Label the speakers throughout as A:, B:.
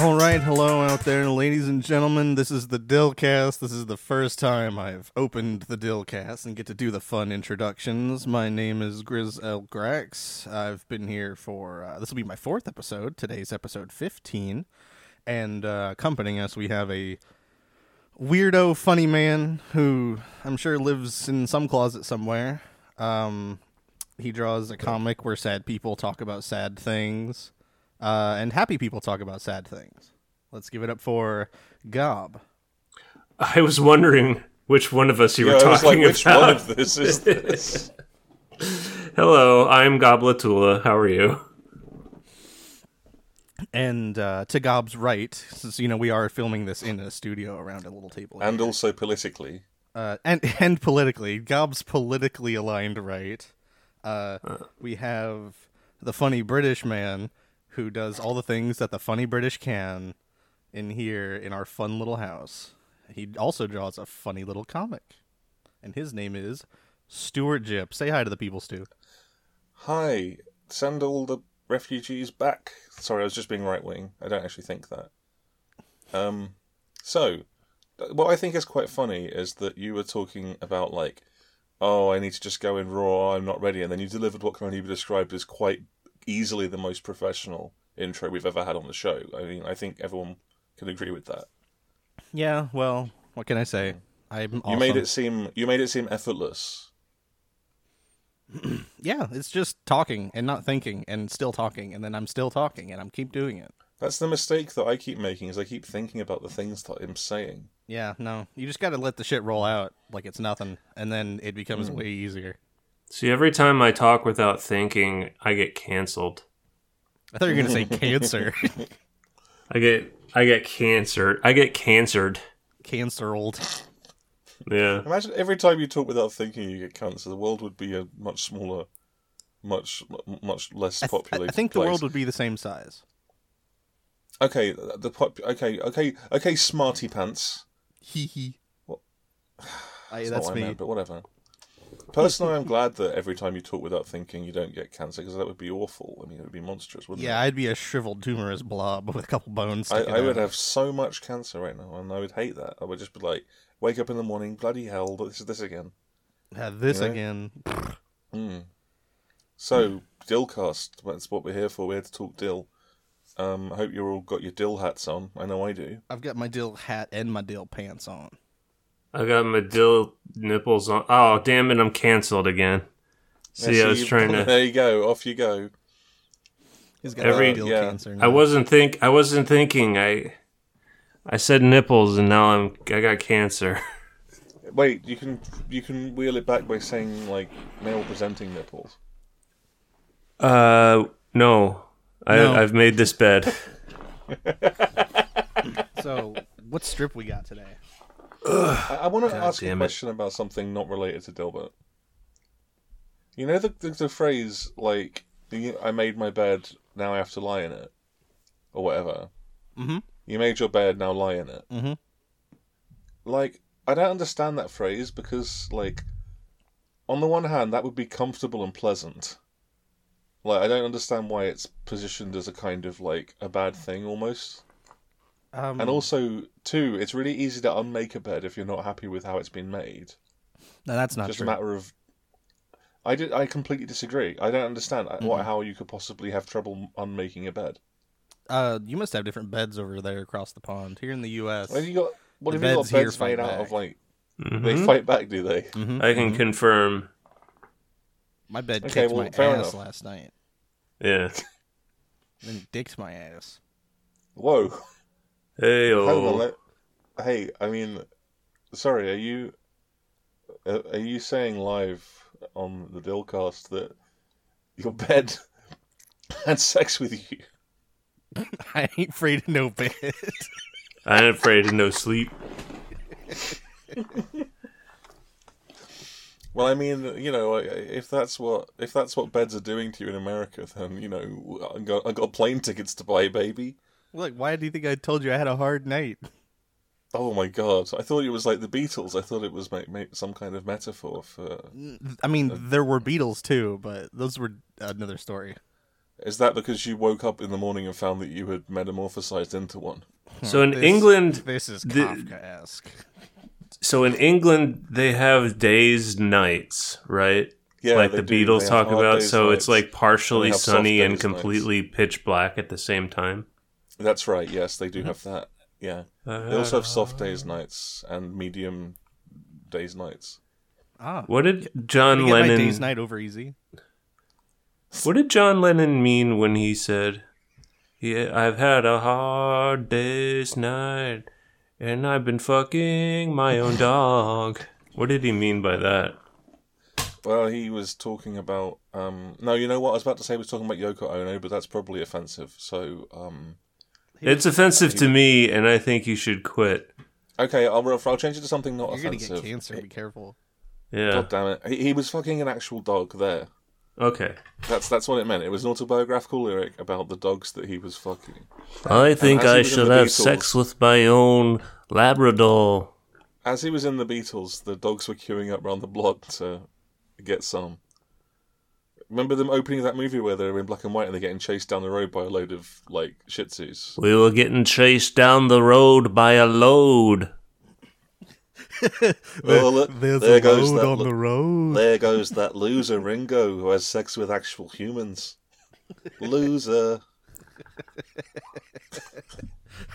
A: All right, hello out there, ladies and gentlemen. This is the Dillcast. This is the first time I've opened the Dillcast and get to do the fun introductions. My name is Grizz L. Grax. I've been here for uh, this will be my fourth episode. Today's episode 15. And uh, accompanying us, we have a weirdo funny man who I'm sure lives in some closet somewhere. Um, he draws a comic where sad people talk about sad things, uh, and happy people talk about sad things. Let's give it up for Gob.
B: I was wondering which one of us you were
C: I was like,
B: talking
C: which
B: about.
C: one of this is this?
B: Hello, I'm Goblatula. How are you?
A: And uh, to Gob's right, since you know we are filming this in a studio around a little table, here,
C: and also politically.
A: uh, and and politically, Gob's politically aligned right. Uh, we have the funny British man who does all the things that the funny British can in here in our fun little house. He also draws a funny little comic, and his name is Stuart Jip. Say hi to the people, Stu.
C: Hi, send all the refugees back. Sorry, I was just being right wing. I don't actually think that. Um, so, th- what I think is quite funny is that you were talking about, like, oh, I need to just go in raw, I'm not ready, and then you delivered what can only be described as quite easily the most professional intro we've ever had on the show. I mean, I think everyone can agree with that.
A: Yeah, well, what can I say? I'm awesome.
C: You made it seem you made it seem effortless.
A: Yeah, it's just talking and not thinking and still talking and then I'm still talking and I'm keep doing it.
C: That's the mistake that I keep making is I keep thinking about the things that I'm saying.
A: Yeah, no. You just got to let the shit roll out like it's nothing and then it
C: Mm.
A: becomes way easier.
B: See, every time I talk without thinking, I get canceled.
A: I thought you were going to say cancer.
B: I get I get cancer. I get cancered.
A: cancer old.
B: Yeah.
C: Imagine every time you talk without thinking, you get cancer. The world would be a much smaller, much m- much less
A: I, th- I
C: populated.
A: think the
C: place.
A: world would be the same size.
C: Okay, the pop. Okay, okay, okay. Smarty pants.
A: Hee hee.
C: What?
A: I,
C: It's
A: that's
C: not what
A: me.
C: I meant, but whatever. Personally, I'm glad that every time you talk without thinking, you don't get cancer because that would be awful. I mean, it would be monstrous, wouldn't
A: yeah,
C: it?
A: I'd be a shriveled tumorous blob with a couple bones.
C: I,
A: sticking
C: I would
A: out.
C: have so much cancer right now, and I would hate that. I would just be like, wake up in the morning, bloody hell, but this is this again.
A: Yeah, this
C: you know?
A: again.
C: Mm.
B: Hmm.
C: So, Dillcast, that's what we're here for. We're here to talk Dill. Um, I hope you all got your Dill hats on. I know I do.
A: I've got my dill hat and my dill pants on.
B: I got my dill nipples on. Oh, damn it! I'm canceled again.
C: Yeah,
B: See,
C: so
B: I was
C: you-
B: trying to.
C: There you go. Off you go.
A: He's got
B: Every-
A: a dill
C: yeah.
A: cancer.
B: I
A: now.
B: wasn't think. I wasn't thinking. I I said nipples, and now I'm. I got cancer.
C: Wait, you can you can wheel it back by saying like male presenting nipples.
B: Uh, no. I,
A: No.
B: I've made this bed.
A: So, what strip we got today?
C: I, I want to ask a
B: damn it.
C: question about something not related to Dilbert. You know the the, the phrase like you- "I made my bed, now I have to lie in it," or whatever.
B: Mm-hmm.
A: Mhm.
C: You made your bed, now lie in it.
A: Mhm.
C: Like I don't understand that phrase because, like, on the one hand, that would be comfortable and pleasant. Like I don't understand why it's positioned as a kind of like a bad thing almost.
A: Um,
C: And also, two, it's really easy to unmake a bed if you're not happy with how it's been made
A: no, that's not
C: just
A: true.
C: a matter of. I did. I completely disagree. I don't understand uh,
A: Hmm.
C: what, how you could possibly have trouble unmaking a bed.
A: Uh, you must have different beds over there across the pond. Here in the U.S.,
C: Have you got? What
A: The
C: have you got?
A: beds here
C: Beds
A: fight
C: made out
A: back.
C: of like
B: Mhm.
C: they fight back, do they?
A: Mhm,
B: I can confirm.
A: my bed
C: Okay,
A: kicked
C: well,
A: my
C: fair
A: ass
C: enough.
A: last night,
B: Yeah.
A: then it dicked my ass.
C: Whoa!
B: Hey, oh.
C: Hold on. let- Hey, I mean, sorry. Are you? Uh, are you saying live on the Dillcast that your bed had sex with you?
A: I ain't afraid of no bed.
B: I ain't afraid of no sleep.
C: Well, I mean, you know, I- if that's what if that's what beds are doing to you in America, then you know, I got I got plane tickets to buy, baby.
A: Look, why do you think I told you I had a hard night?
C: Oh my god! I thought it was like the Beatles. I thought it was ma- ma- some kind of metaphor for. Uh,
A: I mean, there were Beatles too, but those were another story.
C: Is that because you woke up in the morning and found that you had metamorphosized into one?
B: So in
A: This-
B: England,
A: This is
B: the-
A: Kafkaesque.
B: so in England they have days, nights, right?
C: Yeah,
B: like
C: they
B: the
C: do.
B: Beatles
C: They have
B: talk
C: hard
B: about.
C: days,
B: So
C: nights.
B: it's like
C: They
B: partially
C: have soft
B: sunny and
C: days, nights.
B: completely pitch black at the same time.
C: That's right. Yes, they do have that. Yeah, they also have soft days,
B: Uh.
C: nights, and medium days, nights.
A: Ah,
B: Uh, What did John
A: you get my
B: Lennon?
A: day's night over easy.
B: What did John Lennon mean when he said, "Yeah, I've had a hard day's night, and I've been fucking my own dog"? What did he mean by that?
C: Well, he was talking about. Um, no, you know what? I was about to say he was talking about Yoko Ono, but that's probably offensive. So, um,
B: It's offensive to me, and I think you should quit.
C: okay, I'll, re- I'll change it to something not
A: You're gonna
C: offensive.
A: get cancer. Be careful.
B: Yeah.
C: God damn it! He, he was fucking an actual dog. There,
B: Okay.
C: that's that's what it meant. It was an autobiographical lyric about the dogs that he was fucking.
B: I think
C: as he
B: I
C: was in
B: should
C: the
B: have
C: Beatles-
B: sex with my own Labrador.
C: As he was in the Beatles, the dogs were queuing up round the block to get some. Remember them opening that movie where they're in black and white and they're getting chased down the road by a load of like Shih Tzus.
B: We were getting chased down the road by a load.
C: Oh, look,
A: There's
C: there
A: a
C: goes
A: road
C: that
A: on
C: lo-
A: the road.
C: There goes that loser Ringo who has sex with actual humans. Loser.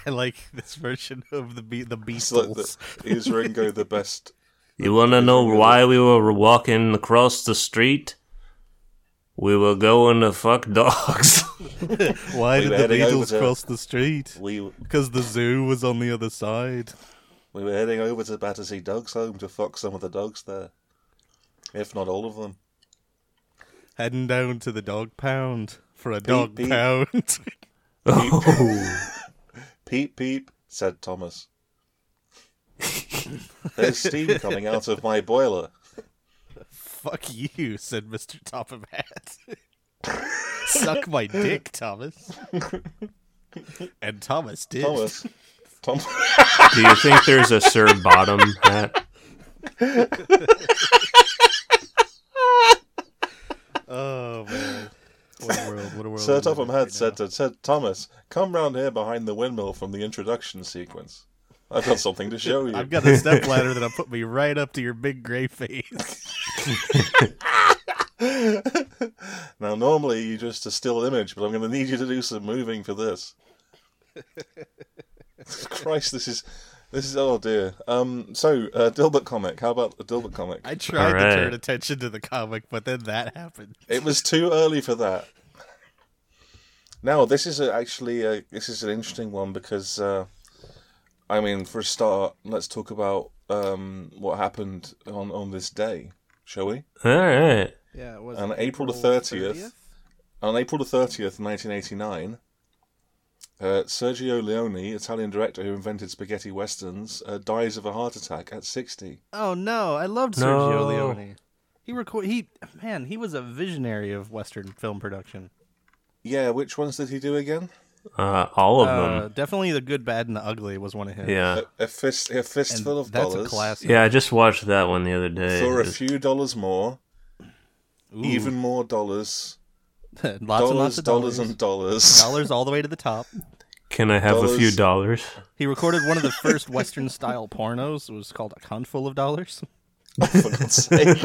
A: I like this version of the be- the
C: It's like
A: Beatles.
C: the, is Ringo the best?
B: You want to know why we were walking across the street? We were going to fuck dogs.
A: Why
C: We
A: did
C: were
A: the
C: heading over
A: Beatles
C: to-
A: cross the street?
C: We
A: Because the zoo was on the other side.
C: we were heading over to Battersea Dogs Home to fuck some of the dogs there, if not all of them.
A: Heading down to the dog pound for a dog
C: Pete.
A: pound.
B: oh.
C: Peep, peep, said Thomas. There's steam coming out of my boiler.
A: Fuck you, said Mr. Top of Hat. Suck my dick, Thomas. and Thomas did.
C: Thomas. Tom-
B: Do you think there's a Sir Bottom hat?
A: Oh man. What a world, what a world.
C: Sir
A: we live in
C: Topham Hatt
A: right
C: said to said Thomas, come round here behind the windmill from the introduction sequence. I've got something to show
A: now. I've
C: you.
A: got a stepladder that'll put me right up to your big grey face.
C: Now normally you just a still image, but I'm gonna need you to do some moving for this. Christ, this is this is oh dear. Um so uh, Dilbert comic, how about the Dilbert comic?
A: I tried
B: Alright.
A: to turn attention to the comic, but then that happened.
C: It was too early for that. Now this is a, actually a, this is an interesting one because uh, I mean, for a start, let's talk about um, what happened on on this day, shall we?
B: All right.
A: Yeah, it was
C: On April the 30th, On April the thirtieth, nineteen eighty nine. Uh, Sergio Leone, Italian director who invented spaghetti westerns, uh, dies of a heart attack at 60.
A: Oh no, I loved Sergio
B: No.
A: Leone. He record he man, he was a visionary of Western film production.
C: Yeah, which ones did he do again?
B: Uh, all of
A: Uh,
B: them.
A: definitely the good, bad, and the ugly was one of his.
B: Yeah.
C: A, a fist, a
A: and
C: fistful of
A: that's
C: dollars.
A: a classic.
B: Yeah, I just watched that one the other day.
C: For a
B: Just-
C: few dollars more,
A: Ooh.
C: even more dollars.
A: lots and
C: dollars,
A: lots of dollars,
C: dollars, and dollars.
A: dollars all the way to the top.
B: Can I have a few
C: Dollars.
B: dollars?
A: He recorded one of the first Western style pornos. It was called A Handful of Dollars.
C: For God's sake.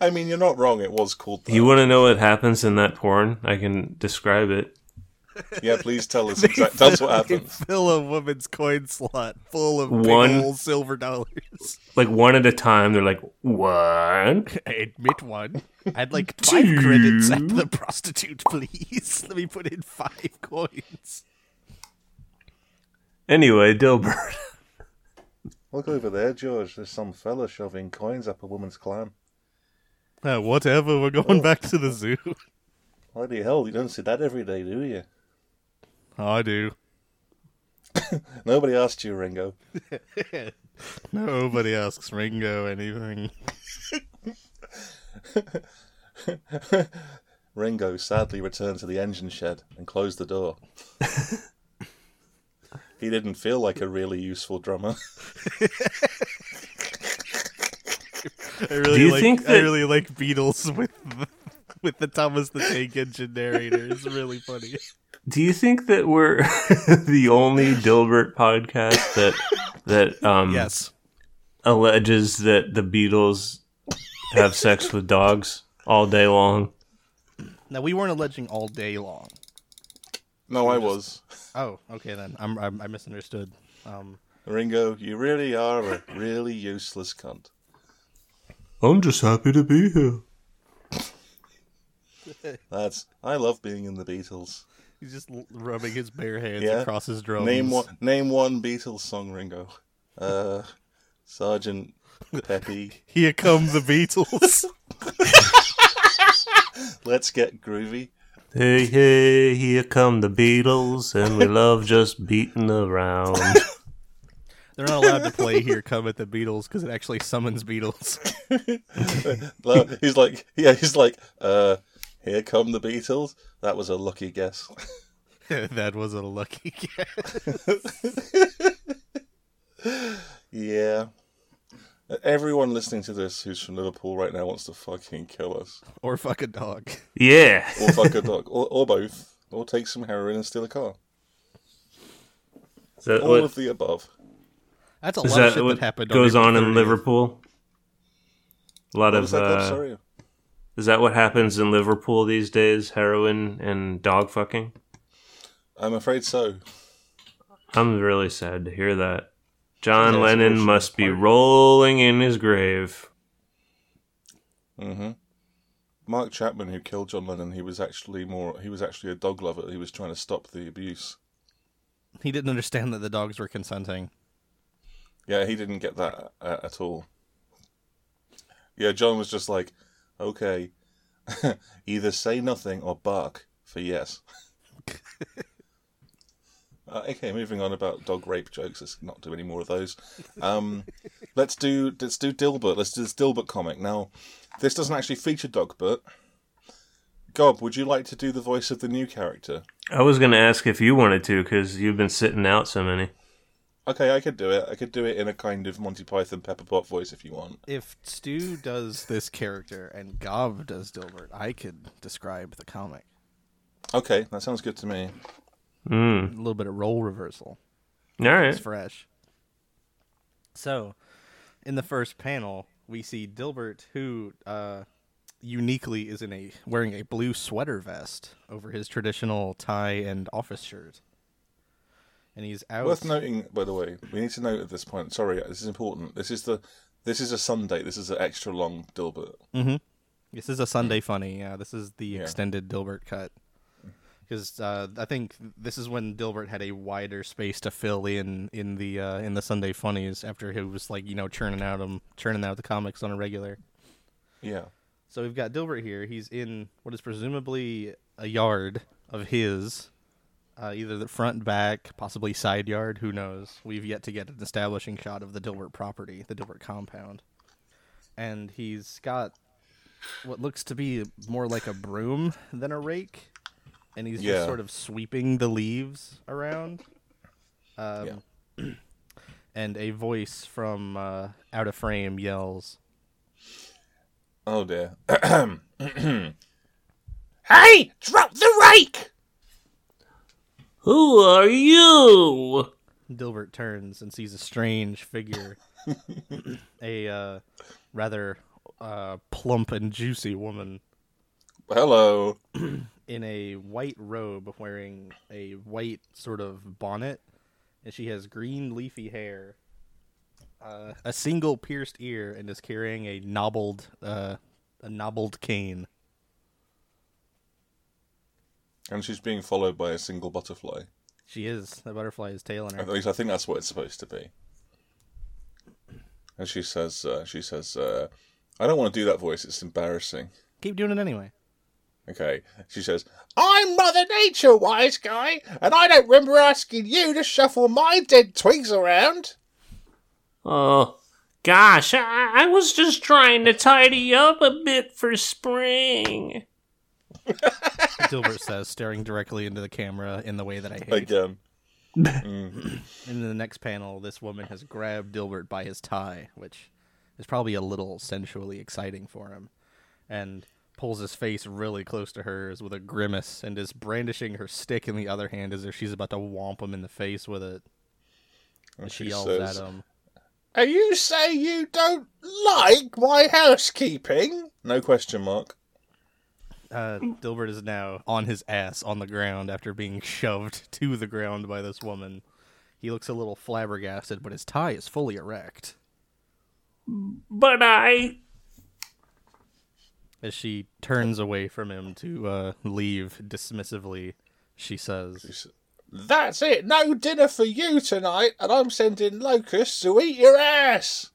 C: I mean, you're not wrong. It was called that.
B: You want to know what happens in that porn? I can describe it.
C: Yeah, please tell us exactly. That's what
A: They
C: happened.
A: fill a woman's coin slot full of big
B: One-
A: old silver dollars.
B: Like one at a time, they're like, one,
A: I admit one. I'd like five credits at the prostitute, please. Let me put in five coins.
B: Anyway, Dilbert.
C: Look over there, George. There's some fella shoving coins up a woman's clam.
A: Uh, whatever, we're going back to the zoo.
C: Bloody hell, you don't see that every day, do you?
A: I do.
C: Nobody asked you, Ringo.
A: Nobody asks Ringo anything.
C: Ringo sadly returned to the engine shed and closed the door. he didn't feel like a really useful drummer.
A: I really
B: you
A: like
B: think
A: I
B: that-
A: really like Beatles with with the Thomas the Tank Engine narrator is really funny.
B: Do you think that we're the only Dilbert podcast that that um
A: Yes.
B: alleges that the Beatles have sex with dogs all day long?
A: Now we weren't alleging all day long.
C: No, I was.
A: Oh, okay then. I'm, I'm I misunderstood. Um,
C: Ringo, you really are a really useless cunt.
B: I'm just happy to be here.
C: That's I love being in the Beatles.
A: he's just l- rubbing his bare hands
C: Yeah.
A: across his drums.
C: Name one name one Beatles song, Ringo. Uh Sergeant Peppy.
A: Here come the Beatles.
C: Let's get groovy.
B: Hey, hey, here come the Beatles, and we love just beating around.
A: They're not allowed to play "Here Come at the Beatles" because it actually summons Beatles.
C: No, he's like yeah, he's like, uh here come the Beatles. That was a lucky guess.
A: that was a lucky guess.
C: Yeah. Everyone listening to this who's from Liverpool right now wants to fucking kill us.
A: Or fuck a dog.
B: Yeah.
C: Or fuck a dog. Or, or both. Or take some heroin and steal a car.
B: Is that
C: All
B: what-
C: of the above.
A: That's a
B: is
A: lot of
B: that
A: shit
B: what
A: that happened.
B: goes
A: April
B: on in
A: 30th.
B: Liverpool? A lot
C: What
B: of
C: was that called?
B: uh,
C: Sorry.
B: Is that what happens in Liverpool these days? Heroin and dog fucking?
C: I'm afraid so.
B: I'm really sad to hear that. John
C: Yeah, it's
B: Lennon
C: emotional
B: must be
C: part.
B: rolling in his grave.
C: hmm Mark Chapman, who killed John Lennon, he was actually more. He was actually a dog lover. He was trying to stop the abuse.
A: He didn't understand that the dogs were consenting.
C: Yeah, he didn't get that uh, at all. Yeah, John was just like, okay, either say nothing or bark for yes. uh, okay, moving on about dog rape jokes. Let's not do any more of those. Um, let's do let's do Dilbert. Let's do this Dilbert comic now. This doesn't actually feature Dogbert. Gob, would you like to do the voice of the new character?
B: I was going to ask if you wanted to because you've been sitting out so many.
C: Okay, I could do it. I could do it in a kind of Monty Python Pepper Pot voice if you want.
A: If Stu does this character and Gob does Dilbert, I could describe the comic.
C: Okay, that sounds good to me.
B: Hmm.
A: A little bit of role reversal.
B: All right.
A: It's fresh. So, in the first panel, we see Dilbert, who uh, uniquely is in a wearing a blue sweater vest over his traditional tie and office shirt, and he's out.
C: Worth noting, by the way, we need to note at this point. Sorry, this is important. This is the this is a Sunday. This is an extra long Dilbert.
A: This is a Sunday funny. Yeah, this is the extended Dilbert cut. Because uh, I think this is when Dilbert had a wider space to fill in in the uh, in the Sunday funnies after he was like you know churning out 'em- churning out the comics on a regular.
C: Yeah,
A: So we've got Dilbert here. He's in what is presumably a yard of his, uh, either the front, back, possibly side yard. Who knows? We've yet to get an establishing shot of the Dilbert property, the Dilbert compound. And he's got what looks to be more like a broom than a rake, and he's
C: Yeah.
A: just sort of sweeping the leaves around. Um,
C: Yeah.
A: And a voice from uh, out of frame yells,
C: Oh dear. hey, drop the rake.
B: Who are you?
A: Dilbert turns and sees a strange figure, a uh, rather uh, plump and juicy woman
C: Hello.
A: in a white robe, wearing a white sort of bonnet, and she has green leafy hair, uh, a single pierced ear, and is carrying a knobbled uh, a knobbled cane.
C: And she's being followed by a single butterfly.
A: She is the butterfly is tailing
C: At
A: her.
C: least I think that's what it's supposed to be. And she says, uh, she says, uh, I don't want to do that voice. It's embarrassing.
A: Keep doing it anyway.
C: Okay. She says, I'm Mother Nature, wise guy, and I don't remember asking you to shuffle my dead twigs around.
B: Oh, gosh, I, I was just trying to tidy up a bit for spring.
A: Dilbert says, staring directly into the camera in the way that I hate.
C: Again. mm.
A: And in the next panel, this woman has grabbed Dilbert by his tie, which is probably a little sensually exciting for him. And pulls his face really close to hers with a grimace and is brandishing her stick in the other hand as if she's about to whomp him in the face with it.
C: And
A: she,
C: she
A: yells
C: says,
A: at him.
C: "And you say you don't like my housekeeping?" No question mark.
A: Uh, Dilbert is now on his ass on the ground after being shoved to the ground by this woman. He looks a little flabbergasted, but his tie is fully erect.
B: But I.
A: As she turns away from him to uh, leave dismissively, she says,
C: That's it. No dinner for you tonight, and I'm sending locusts to eat your ass.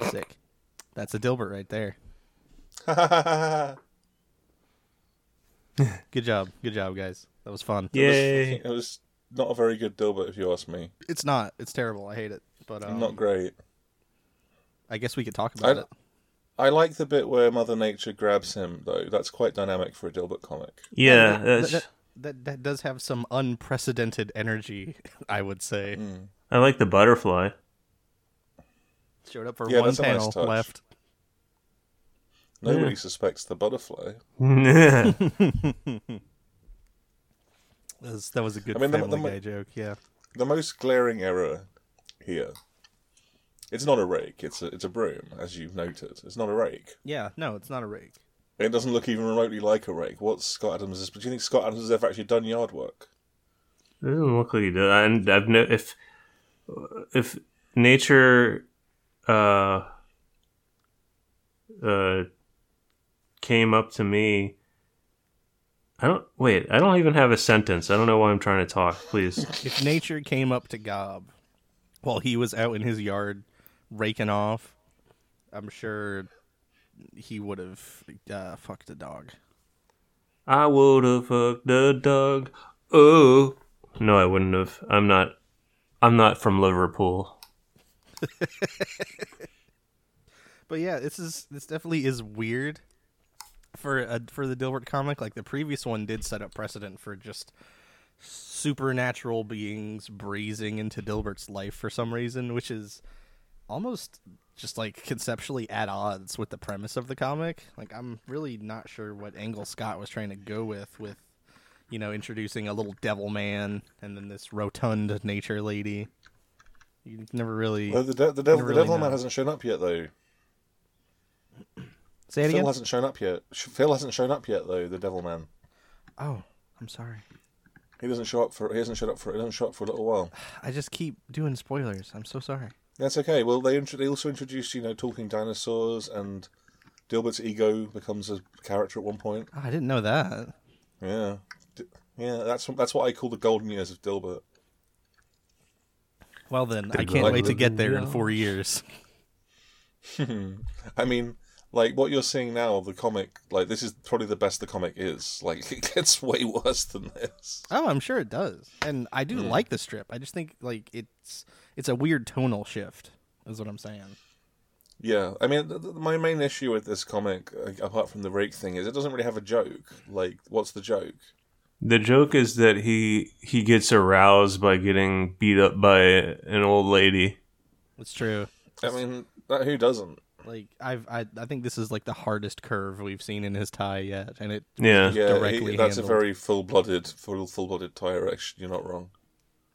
A: Sick. That's a Dilbert right there.
C: it
A: Good job. Good job, guys. That was fun.
B: Yay.
C: was not a very good Dilbert, if you ask me.
A: It's not. It's terrible. I hate it. But um,
C: Not great.
A: I guess we could talk about
C: I-
A: it.
C: I like the bit where Mother Nature grabs him, though. That's quite dynamic for a Dilbert comic.
B: Yeah.
A: That,
B: That's,
A: that, that, that does have some unprecedented energy, I would say.
C: Mm.
B: I like the butterfly.
A: Showed up for
C: Yeah,
A: one
C: that's a nice
A: panel
C: touch.
A: left.
C: Nobody suspects the butterfly.
B: yeah.
A: That was, that was a good
C: I mean, the-
A: Family
C: the-
A: Guy joke. Yeah,
C: The most glaring error here. It's not a rake. It's a it's a broom, as you've noted. It's not a rake.
A: yeah. No, it's not a rake.
C: It doesn't look even remotely like a rake. What's Scott Adams? Do you think Scott Adams has ever actually done yard work?
B: It doesn't look like he does. And I've no if if nature uh uh came up to me. I don't wait. I don't even have a sentence. I don't know why I'm trying to talk. Please.
A: If nature came up to Gob while he was out in his yard raking off, I'm sure he would have uh, fucked a dog.
B: I would have fucked the dog. Oh no, I wouldn't have. I'm not. I'm not from Liverpool.
A: But yeah, this is this definitely is weird for a, for the Dilbert comic. Like the previous one did set up precedent for just supernatural beings breezing into Dilbert's life for some reason, which is almost just like conceptually at odds with the premise of the comic. Like I'm really not sure what angle Scott was trying to go with with you know introducing a little devil man and then this rotund nature lady. You never really
C: Well, the, de- the devil,
A: really
C: the devil
A: know.
C: man hasn't shown up yet, though.
A: say it
C: Phil
A: again.
C: hasn't shown up yet. Sh- Phil hasn't shown up yet, though. The devil man.
A: oh, I'm sorry.
C: He doesn't show up for. He hasn't showed up for. He doesn't show up for a little while.
A: I just keep doing spoilers. I'm so sorry.
C: That's okay. Well, they intro- they also introduced you know talking dinosaurs and Dilbert's ego becomes a character at one point.
A: Oh, I didn't know that.
C: Yeah, D- yeah. That's what- that's what I call the golden years of Dilbert.
A: Well then, I
B: Big
A: can't
B: luck.
A: wait to get there in
B: Yeah.
A: four years.
C: I mean, like what you're seeing now of the comic. Like this is probably the best the comic is. Like it gets way worse than this.
A: Oh, I'm sure it does, and I do like the strip. I just think like it's it's a weird tonal shift, is what I'm saying.
C: Yeah, I mean, th- th- my main issue with this comic, a- apart from the rake thing, is it doesn't really have a joke. Like, what's the joke?
B: The joke is that he he gets aroused by getting beat up by an old lady.
A: It's true.
C: I mean, that, who doesn't?
A: Like I've I, I think this is like the hardest curve we've seen in his tie yet, and it
B: Yeah.
C: Yeah, he-
A: directly
C: that's a
A: handled.
C: very full-blooded, full full-blooded tie erection. You're not wrong.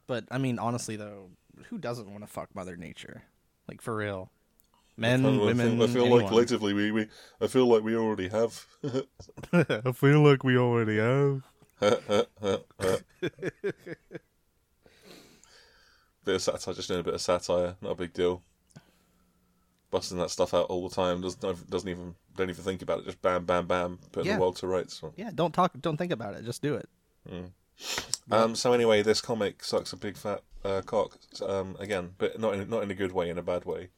A: But I mean, honestly though, who doesn't want to fuck Mother Nature? Like for real, men,
C: I feel-
A: women,
C: I feel like
A: anyone.
C: collectively we, we, I feel like we already have.
A: I feel like we already have.
C: bit of satire, just doing a bit of satire, not a big deal. Busting that stuff out all the time doesn't doesn't even don't even think about it. Just bam, bam, bam, putting
A: Yeah.
C: the world to rights.
A: Yeah, don't talk. Don't think about it. Just do it.
C: Um. So anyway, this comic sucks a big fat uh, cock. Um. Again, but not in not in a good way, in a bad way.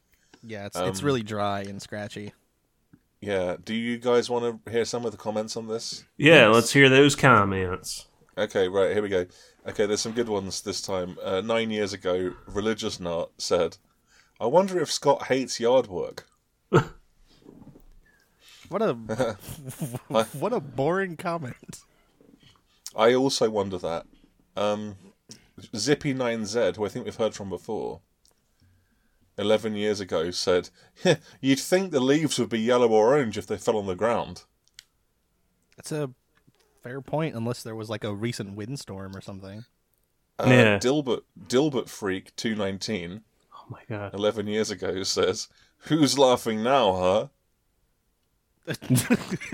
A: Yeah, it's
C: Um,
A: it's really dry and scratchy.
C: Yeah. Do you guys want to hear some of the comments on this?
B: Yeah, let's hear those comments.
C: Okay, right, here we go. Okay, there's some good ones this time. Uh, nine years ago, Religious Nut said, I wonder if Scott hates yard work.
A: What a what a boring comment.
C: I also wonder that. Um, Zippy9Z, who I think we've heard from before, 11 years ago said, You'd think the leaves would be yellow or orange if they fell on the ground.
A: That's a fair point, unless there was like a recent windstorm or something.
C: Uh,
B: Yeah.
C: Dilbert Dilbert Freak 219,
B: Oh my god.
C: 11 years ago, says, Who's laughing now, huh?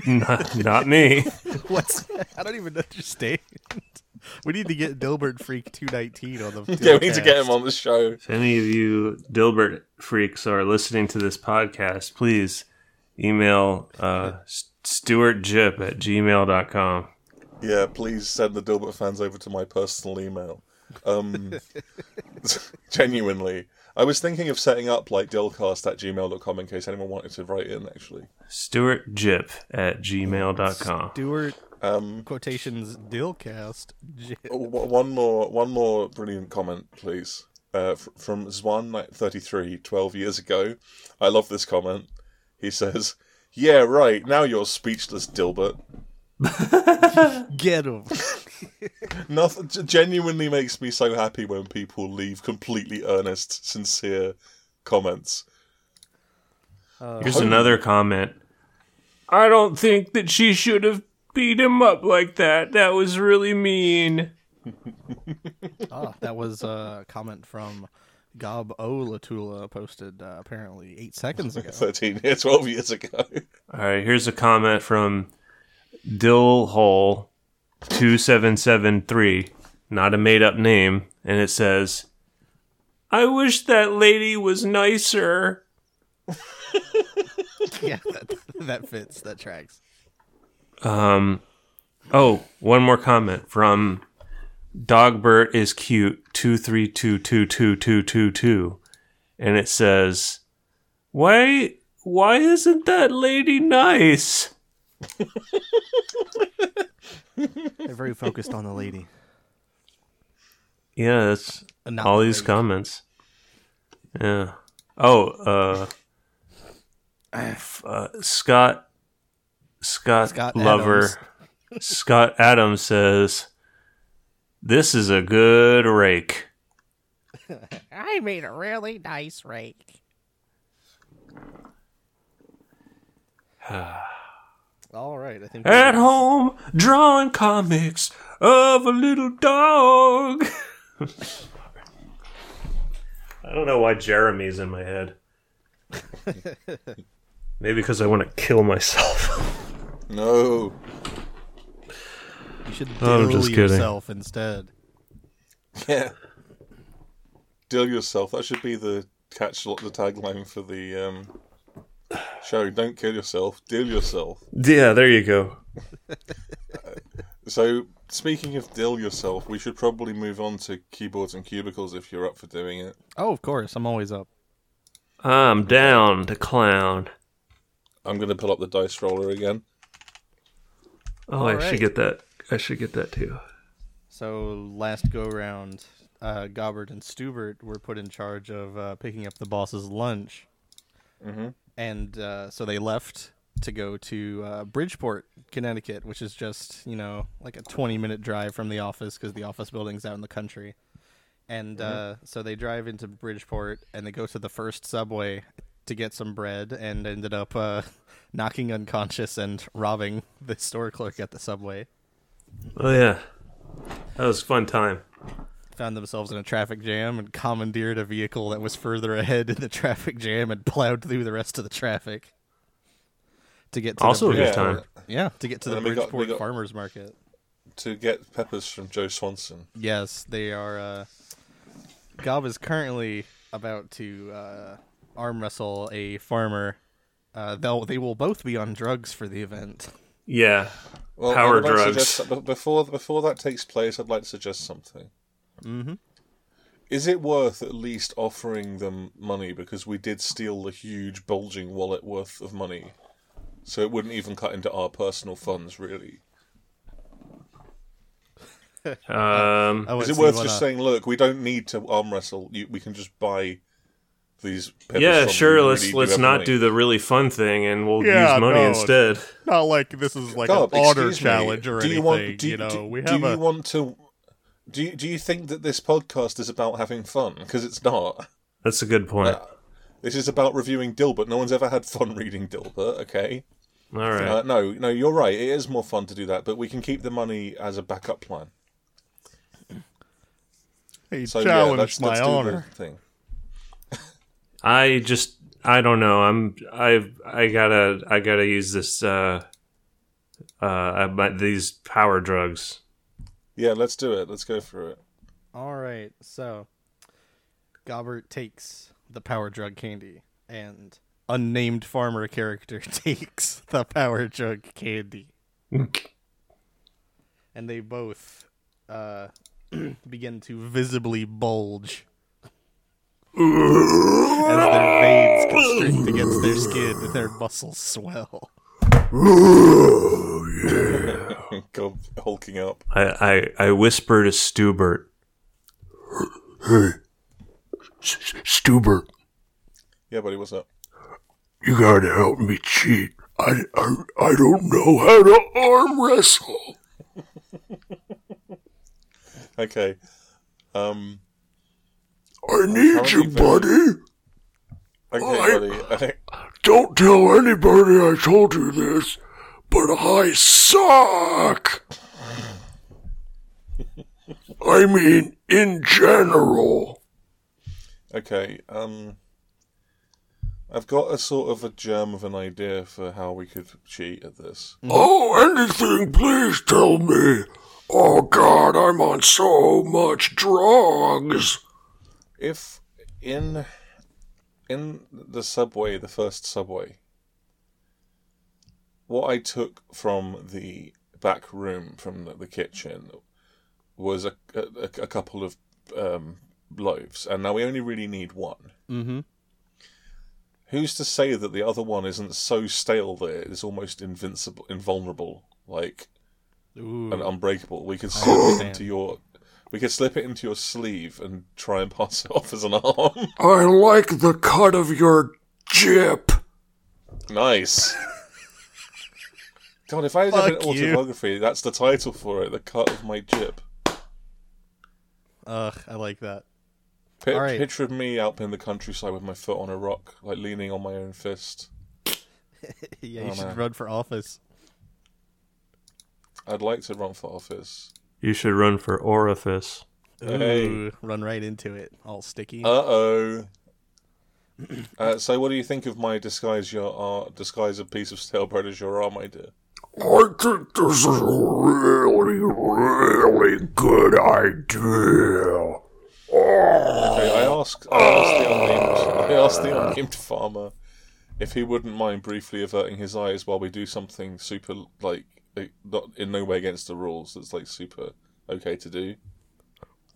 B: not, not me.
A: What's? I don't even understand. We need to get Dilbert Freak 219 on the.
C: yeah, we need to
A: Dilcast.
C: get him on the show.
B: If any of you Dilbert freaks are listening to this podcast, please email uh, S- stuartjip at gmail.com.
C: Yeah, please send the Dilbert fans over to my personal email. Um, genuinely. I was thinking of setting up like dilcast at gmail.com in case anyone wanted to write in, actually.
B: Stuartjip at gmail.com.
A: Stewart
C: Um,
A: quotations Dilcast. J-
C: Oh, w- One more, one more brilliant comment, please. Uh, fr- from Zwan33, 12 years ago. I love this comment. He says, Yeah, right, now you're speechless, Dilbert.
A: Get him.
C: Nothing g- genuinely makes me so happy when people leave completely earnest, sincere comments.
B: Here's another comment. I don't think that she should have beat him up like that. That was really mean.
A: Ah, that was a comment from Gob O Latula posted uh, apparently eight seconds ago.
C: 13 years, 12 years ago.
B: All right, here's a comment from Dillhole two seven seven three, not a made up name, and it says, "I wish that lady was nicer."
A: yeah, that, that fits. That tracks.
B: Um, oh, one more comment from Dogbert is cute two three two two two two two two, and it says, "Why, why isn't that lady nice?"
A: They're very focused on the lady.
B: Yeah, that's
A: And not
B: all
A: the
B: these
A: lady.
B: comments. Yeah. Oh, uh,
A: Ah.
B: f- uh Scott, Scott,
A: Scott
B: Lover, Scott Adams says, "This is a good rake."
D: I made a really nice rake.
A: All right, I think.
B: At home, drawing comics of a little dog. I don't know why Jeremy's in my head. Maybe because I want to kill myself.
C: No.
A: You should
B: I'm
A: diddle
B: just kidding.
A: yourself instead.
C: Yeah. Deal yourself. That should be the catch the tagline for the um, show. Don't kill yourself. Deal yourself.
B: Yeah, there you go.
C: So, speaking of dill yourself, we should probably move on to keyboards and cubicles if you're up for doing it.
A: Oh, of course, I'm always up.
B: I'm down to clown.
C: I'm going to pull up the dice roller again.
B: Oh, I
A: All right.
B: should get that. I should get that too.
A: So last go round, uh, Gobbert and Stubert were put in charge of uh, picking up the boss's lunch, mm-hmm. and uh, so they left to go to uh, Bridgeport, Connecticut, which is just you know like a twenty-minute drive from the office because the office building's out in the country. And uh, so they drive into Bridgeport and they go to the first subway to get some bread and ended up uh, knocking unconscious and robbing the store clerk at the subway.
B: Oh yeah, that was a fun time.
A: found themselves in a traffic jam and commandeered a vehicle that was further ahead in the traffic jam and plowed through the rest of the traffic to get to
B: Also a
A: the
B: good
A: Bridgeport-
B: time.
A: Yeah, to get to the
C: And then we got- we
A: Bridgeport
C: got-
A: Farmers Market.
C: To get peppers from Joe Swanson.
A: Yes, they are. Uh, Gob is currently about to uh, arm wrestle a farmer. Uh, they'll they will both be on drugs for the event.
B: Yeah,
C: Well,
B: Power
C: I would like to
B: drugs.
C: suggest- be- before before that takes place, I'd like to suggest something. Mm-hmm. Is it worth at least offering them money because we did steal the huge bulging wallet worth of money, so it wouldn't even cut into our personal funds really.
B: um,
A: Oh,
C: Is
A: wait, so
C: it
A: you
C: worth
A: wanna-
C: just saying, look, we don't need to arm wrestle. You, we can just buy these. Peppers
B: yeah,
C: from
B: sure.
C: you. We
B: Let's
C: really
B: let's
C: have
B: not
C: money.
B: do the really fun thing, and we'll
A: Yeah,
B: use money
A: no.
B: instead.
A: Not like this is like
C: Garb, excuse me, do you want- do- do- do you want to? Do you, do you think that this podcast is about having fun? Because it's not.
B: That's a good point.
C: This is about reviewing Dilbert. No one's ever had fun reading Dilbert. Okay.
B: All right.
C: Uh, no, no, you're right. It is more fun to do that, but we can keep the money as a backup plan.
A: He
C: So yeah,
A: challenged
C: let's,
A: my
C: let's do the
A: honor.
C: thing.
B: I just I don't know. I'm I I gotta I gotta use this uh uh I, my- these power drugs.
C: Yeah, let's do it. Let's go through it.
A: All right, so Gobert takes the power drug candy, and unnamed farmer character takes the power drug candy, and they both uh, begin to visibly bulge as their veins constrict against their skin and their muscles swell.
C: go hulking up.
B: I I, I whisper to Stubert.
E: Hey, S- S- Stuber,
C: Yeah, buddy, what's up?
E: you gotta help me cheat. I, I, I don't know how to arm wrestle.
C: Okay. Um,
E: I need you, buddy.
C: okay,
E: Alright.
C: buddy. I think-
E: Don't tell anybody I told you this, but I suck. I mean, in general.
C: Okay. Um, I've got a sort of a germ of an idea for how we could cheat at this.
E: Oh, anything, please tell me. Oh, God, I'm on so much drugs.
C: If in in the subway, the first subway, what I took from the back room from the, the kitchen was a, a, a couple of um, loaves, and now we only really need one.
A: Mm-hmm.
C: Who's to say that the other one isn't so stale that it is almost invincible, invulnerable, like and unbreakable. We could slip it
A: understand.
C: into your we could slip it into your sleeve and try and pass it off as an arm.
E: I like the cut of your jip.
C: nice. God, if I had done an
A: Fuck you.
C: autobiography, that's the title for it. The cut of my jib.
A: Ugh, I like that.
C: Pi
A: All right.
C: Picture of me out in the countryside with my foot on a rock, like leaning on my own fist.
A: yeah, you
C: Oh,
A: should
C: man.
A: run for office.
C: I'd like to run for office.
B: You should run for orifice.
C: Hey.
A: Ooh, run right into it, all sticky.
C: Uh oh. Uh, so, what do you think of my disguise? Your ar disguise a piece of stale bread as your arm, I do.
E: I think this is a really, really good idea.
C: Okay, I asked, I asked the unnamed, I asked the unnamed farmer if he wouldn't mind briefly averting his eyes while we do something super like eh, not in no way against the rules. That's like super okay to do.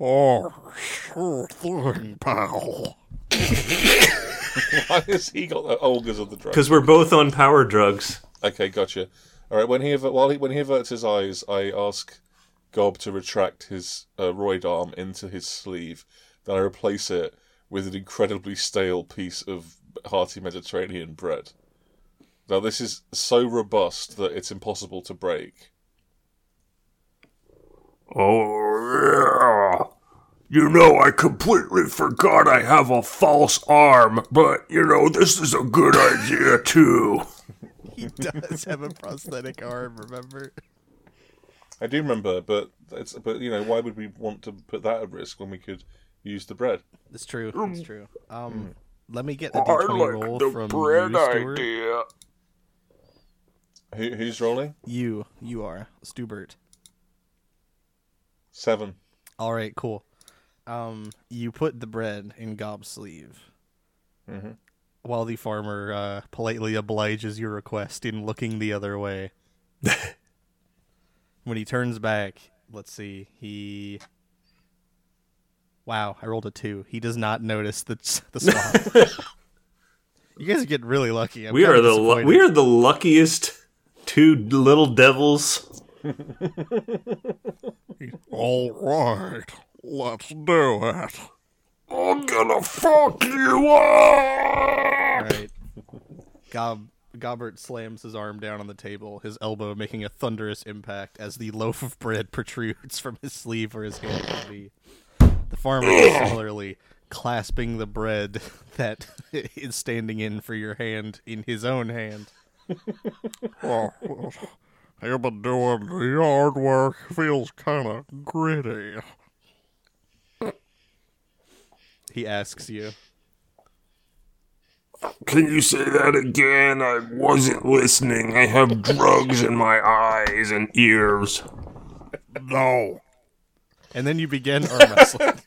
E: Oh, sure thing, pal.
C: Why has he got the ogres of the drug?
B: Because we're both on power drugs.
C: Okay, gotcha. All right, when he aver- while he, when he averts his eyes, I ask Gob to retract his uh, roid arm into his sleeve. Then I replace it with an incredibly stale piece of hearty Mediterranean bread. Now this is so robust that it's impossible to break.
E: Oh, yeah. You know, I completely forgot I have a false arm, but you know, this is a good idea, too.
A: He does have a prosthetic arm, remember?
C: I do remember, but it's but you know why would we want to put that at risk when we could use the bread?
A: It's true. It's true. Um, let me get a
E: I
A: d20 roll
E: like the
A: from
E: bread
A: you, Stuart.
E: idea.
C: Who, who's rolling?
A: You, you are Stubert.
C: Seven.
A: All right, cool. Um, you put the bread in Gob's sleeve,
B: Mm-hmm.
C: Mhm.
A: while the farmer uh, politely obliges your request in looking the other way. when he turns back, let's see. He. Wow, I rolled a two. He does not notice the the swap. you guys are getting really lucky. I'm
B: we
A: kinda
B: are the lu-
A: disappointed.
B: we are the luckiest two little devils.
E: All right, let's do it. I'm gonna fuck you up.
A: Right. Gob Gobert slams his arm down on the table, his elbow making a thunderous impact as the loaf of bread protrudes from his sleeve where his hand can be. The farmer is similarly clasping the bread that is standing in for your hand in his own hand.
F: Well, I've been doing the yard work. Feels kind of gritty.
A: He asks you.
E: Can you say that again? I wasn't listening. I have drugs in my eyes and ears.
F: No.
A: And then you begin arm wrestling. and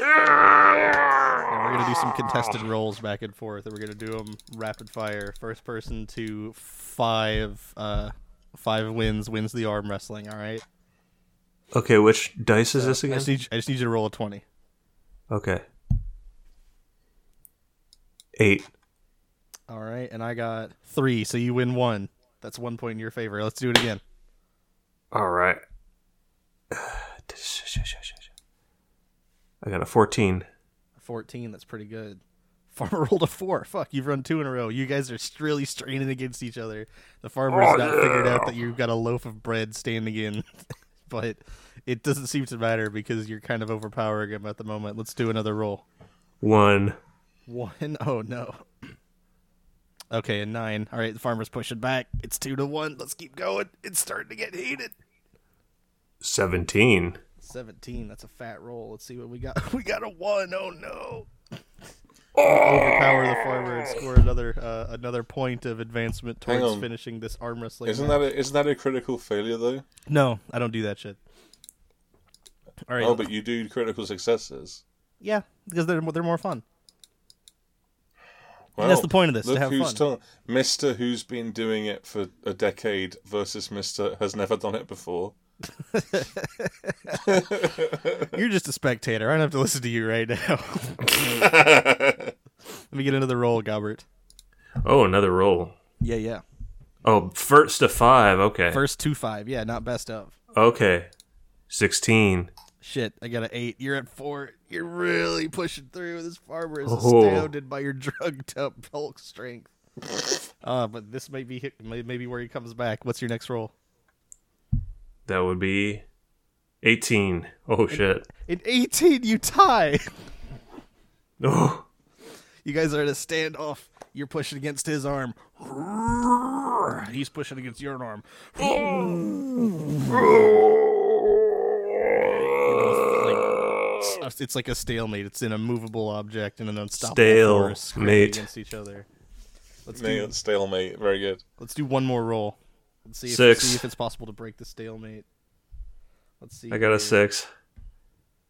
A: we're gonna do some contested rolls back and forth, and we're gonna do them rapid fire. First person to five, uh, five wins wins the arm wrestling. All right.
B: Okay, which dice is this
A: Uh, I
B: again?
A: just need, I just need you to roll a twenty.
B: Okay. Eight.
A: All right, and I got three, so you win one. That's one point in your favor. Let's do it again.
B: All right. I got a 14.
A: Fourteen. That's pretty good. Farmer rolled a four. Fuck, you've run two in a row. You guys are really straining against each other. The farmer's not figured out that you've got a loaf of bread standing in, but it doesn't seem to matter because you're kind of overpowering him at the moment. Let's do another roll.
B: One.
A: One. Oh no. Okay, a nine. All right, the farmer's pushing back. It's two to one. Let's keep going. It's starting to get heated.
B: 17.
A: Seventeen. That's a fat roll. Let's see what we got. We got a one. Oh no. Overpower the farmer and score another uh, another point of advancement
C: Ah. Hang
A: towards
C: on.
A: finishing this arm wrestling.
C: Isn't
A: match.
C: that a, isn't that a critical failure though?
A: No, I don't do that shit. All right.
C: Oh, but you do critical successes.
A: yeah, because they're they're more fun.
C: Well,
A: that's the point of this, to
C: Look
A: have
C: who's
A: fun.
C: done- Mister who's been doing it for a decade versus Mister has never done it before.
A: You're just a spectator. I don't have to listen to you right now. Let me get another roll, Gobert.
B: Oh, another roll.
A: Yeah, yeah.
B: Oh, first to five. Okay.
A: First two five. Yeah, not best of.
B: Okay. 16.
A: Shit, I got an eight. You're at four. You're really pushing through. This farmer is
B: Oh.
A: astounded by your drugged up bulk strength. Uh, but this may be hit- may- maybe where he comes back. What's your next roll?
B: That would be 18. Oh, shit.
A: In eighteen, you tie.
B: Oh.
A: You guys are at a standoff. You're pushing against his arm. He's pushing against your arm. It's- It's like a stalemate. It's in a movable object and an unstoppable
B: Stale
A: force scraping
B: mate.
A: against each other. Let's do
C: Nailed stalemate. Very good.
A: let's do one more roll. Let's see if,
B: Six.
A: see if it's possible to break the stalemate. Let's see.
B: I got
A: here.
B: a six.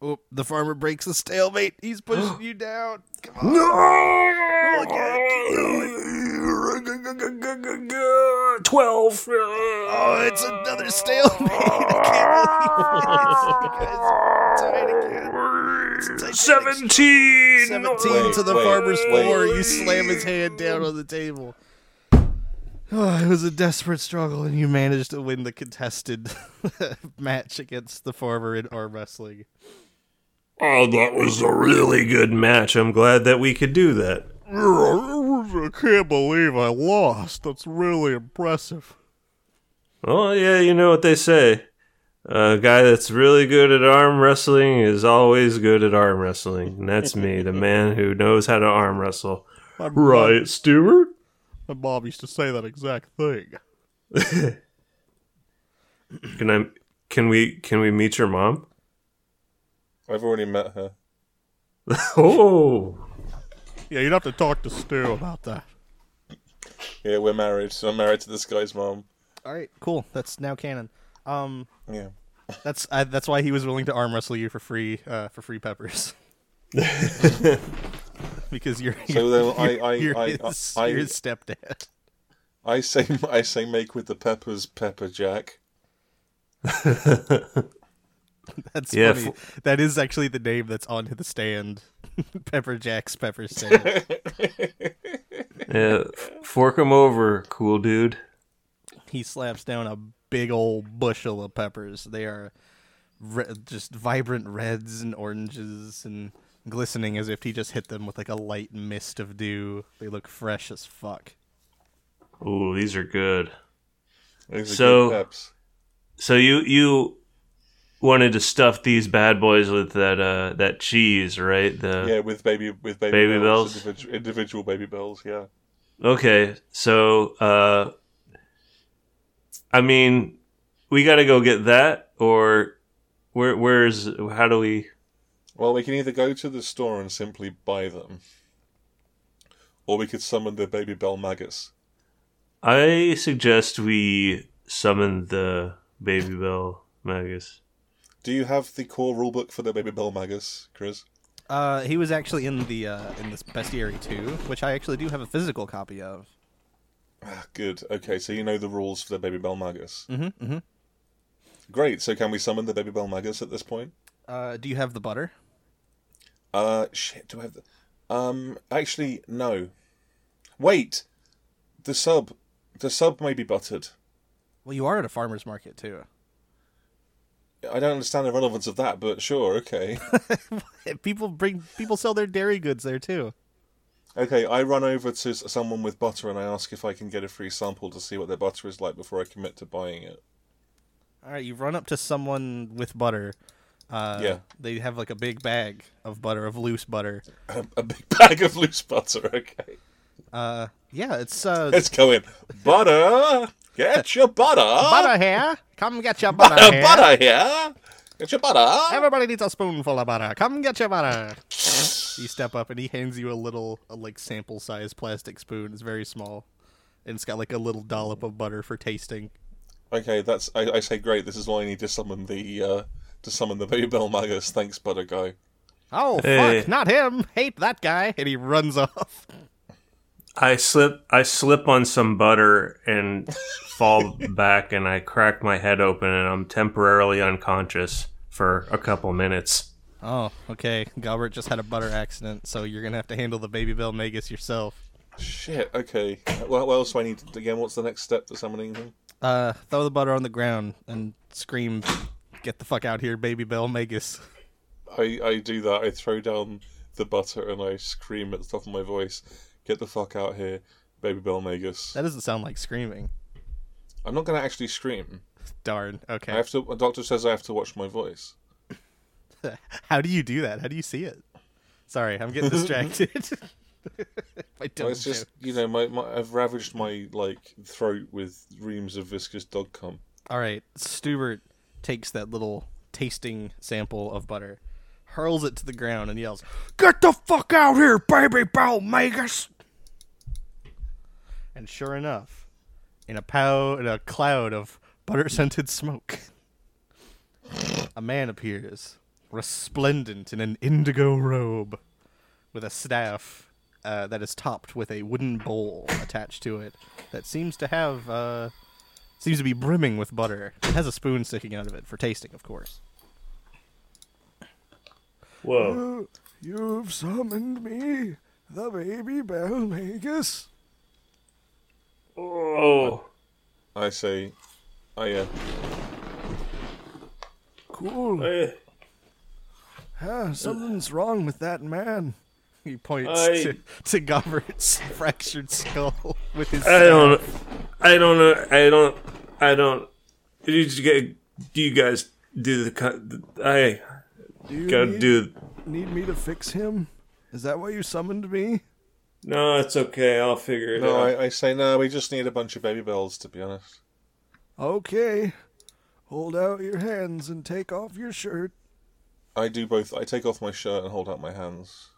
A: Oh, the farmer breaks the stalemate. He's pushing you down. Come on.
E: Twelve.
A: Oh, it's another stalemate. I can't believe it. You guys are tied again. It's like an extra-
E: Seventeen.
A: 17
C: Wait,
A: to the
C: wait,
A: farmer's
C: wait.
A: floor. You slam his hand down on the table. Oh, it was a desperate struggle, and you managed to win the contested match against the farmer in arm wrestling.
E: Oh, that was a really.
B: Really good match. I'm glad that we could do that.
F: I can't believe I lost. That's really impressive.
B: Well, yeah, you know what they say. A guy that's really good at arm wrestling is always good at arm wrestling. And that's me, the man who knows how to arm wrestle.
F: My mom-
B: Right, Stewart?
F: My mom used to say that exact thing.
B: Can I can we can we meet your mom?
C: I've already met her.
B: Oh.
F: Yeah, you'd have to talk to Stu about that.
C: Yeah, we're married. So I'm married to this guy's mom.
A: All right, cool. That's now canon. Um,
C: Yeah.
A: that's I, that's why he was willing to arm wrestle you for free uh, for free peppers. because you're
C: So then I I
A: you're,
C: I, I,
A: his,
C: I,
A: you're his stepdad.
C: I say I say make with the peppers, pepper jack.
A: That's
B: Yeah,
A: funny. that is actually the name that's on the stand. Pepper Jack's Pepper Stand.
B: Yeah, fork him over, cool dude.
A: he slaps down a big old bushel of peppers. They are re- just vibrant reds and oranges and glistening as if he just hit them with like a light mist of dew. They look fresh as fuck.
B: Ooh, these are good.
C: These are
B: So-
C: good peps.
B: So you you wanted to stuff these bad boys with that uh that cheese, right? The
C: Yeah, with baby with baby,
B: uh, Baby
C: bells,
B: bells.
C: individu- individual baby bells. Yeah,
B: Okay, so uh I mean, we got to go get that or where where's how do we
C: Well, we can either go to the store and simply buy them, or we could summon the baby bell maggots.
B: I suggest we summon the baby bell magus.
C: Do you have the core rulebook for the baby bell maggots, Chris?
A: Uh, he was actually in the uh, in this bestiary too, which I actually do have a physical copy of.
C: Ah, Good. Okay, so you know the rules for the baby bell maggots.
A: Mm-hmm. mm-hmm.
C: Great. So can we summon the baby bell maggots at this point?
A: Uh, do you have the butter?
C: Uh, shit. Do I have the? Um, actually, no. Wait, the sub, the sub may be buttered.
A: Well, you are at a farmer's market too.
C: I don't understand the relevance of that, but sure, okay.
A: people bring people sell their dairy goods there too.
C: Okay, I run over to s- someone with butter and I ask if I can get a free sample to see what their butter is like before I commit to buying it.
A: All right, you run up to someone with butter. Uh,
C: Yeah.
A: They have like a big bag of butter, of loose butter.
C: A big bag of loose butter, okay.
A: Uh, yeah, it's uh,
C: Let's go in. Butter! Get your butter!
A: butter here. Come get your butter,
C: Uh,
A: here.
C: butter here! Get your butter!
A: Everybody needs a spoonful of butter. Come get your butter. you step up and he hands you a little, a, like sample size plastic spoon. It's very small, and it's got like a little dollop of butter for tasting.
C: Okay, that's. I, I say, great, this is all I need to summon the. Uh, to summon the baby bell magus. Thanks, butter guy.
A: Oh
B: Hey.
A: fuck, not him! Hate that guy, and he runs off.
B: I slip I slip on some butter and fall back and I crack my head open and I'm temporarily unconscious for a couple minutes.
A: Oh, okay. Galbert just had a butter accident, so you're gonna have to handle the baby bell magus yourself.
C: Shit, okay. What, what else do I need to. Again, what's the next step to summoning him?
A: Uh, throw the butter on the ground and scream, "Get the fuck out here, baby bell magus!"
C: I, I do that. I throw down the butter and I scream at the top of my voice, "Get the fuck out here, baby Bell Magus!"
A: That doesn't sound like screaming.
C: I'm not going to actually scream.
A: Darn. Okay.
C: I have to. A doctor says I have to watch my voice.
A: How do you do that? How do you see it? Sorry, I'm getting distracted. My dumb
C: Well, it's just
A: joke.
C: you know, my, my I've ravaged my like throat with reams of viscous dog cum.
A: All right, Stubert takes that little tasting sample of butter, hurls it to the ground, and yells,
F: Get the fuck out here, baby bell magus!
A: and sure enough, in a pow in a cloud of butter scented smoke, a man appears, resplendent in an indigo robe, with a staff uh, that is topped with a wooden bowl attached to it that seems to have uh, seems to be brimming with butter. It has a spoon sticking out of it for tasting, of course.
B: Whoa.
F: You've summoned me, the baby bell magus.
B: Oh.
C: I say, I uh,
F: Cool.
B: I,
F: Ah, something's wrong with that man.
A: He points
B: I-
A: to, to Gombert's fractured skull with his.
B: I don't I don't know I don't I don't do you get- do you guys do the co- I
F: Do you
B: got to
F: need,
B: do
F: need me to fix him? Is that why you summoned me?
B: No, it's okay. I'll figure it
C: no,
B: out.
C: I, I say no. We just need a bunch of baby bells, to be honest.
F: Okay. Hold out your hands and take off your shirt.
C: I do both. I take off my shirt and hold out my hands,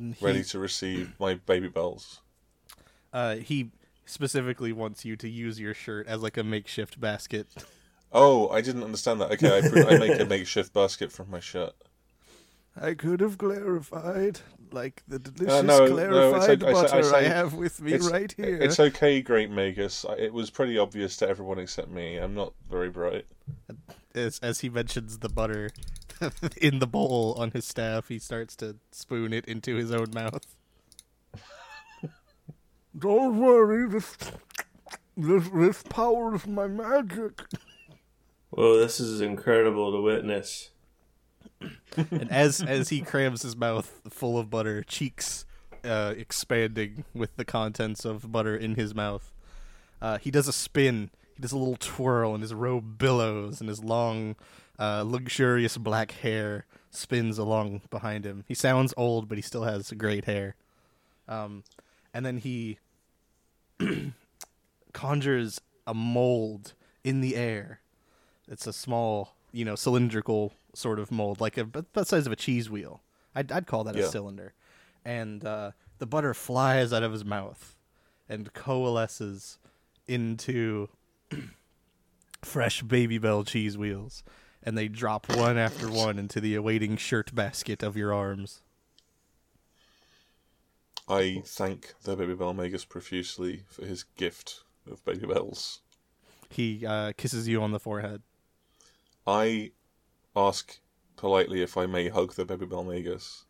F: Mm,
C: ready to receive my baby bells.
A: Uh, he specifically wants you to use your shirt as like a makeshift basket.
C: Oh, I didn't understand that. Okay, I, pr- I make a makeshift basket from my shirt.
F: I could have clarified, like the delicious
C: Uh, no, no, it's
F: clarified
C: o- I say- I
F: butter I,
C: say-
F: have with me
C: it's-
F: right here.
C: It's okay, Great Magus. I- It was pretty obvious to everyone except me. I'm not very bright.
A: As, as he mentions the butter in the bowl on his staff, he starts to spoon it into his own mouth.
F: Don't worry, this, this this power is my magic.
B: Whoa, this is incredible to witness.
A: And as as he crams his mouth full of butter, cheeks uh, expanding with the contents of butter in his mouth, uh, he does a spin. He does a little twirl, and his robe billows, and his long, uh, luxurious black hair spins along behind him. He sounds old, but he still has great hair. Um, and then he conjures a mold in the air. It's a small, you know, cylindrical sort of mold, like a, about the size of a cheese wheel. I'd, I'd call that
C: Yeah.
A: a cylinder. And uh, the butter flies out of his mouth and coalesces into fresh Baby Bell cheese wheels. And they drop one after one into the awaiting shirt basket of your arms.
C: I thank the Baby Bell Magus profusely for his gift of Baby Bells.
A: He uh, kisses you on the forehead.
C: I ask politely if I may hug the Baby Bell Magus.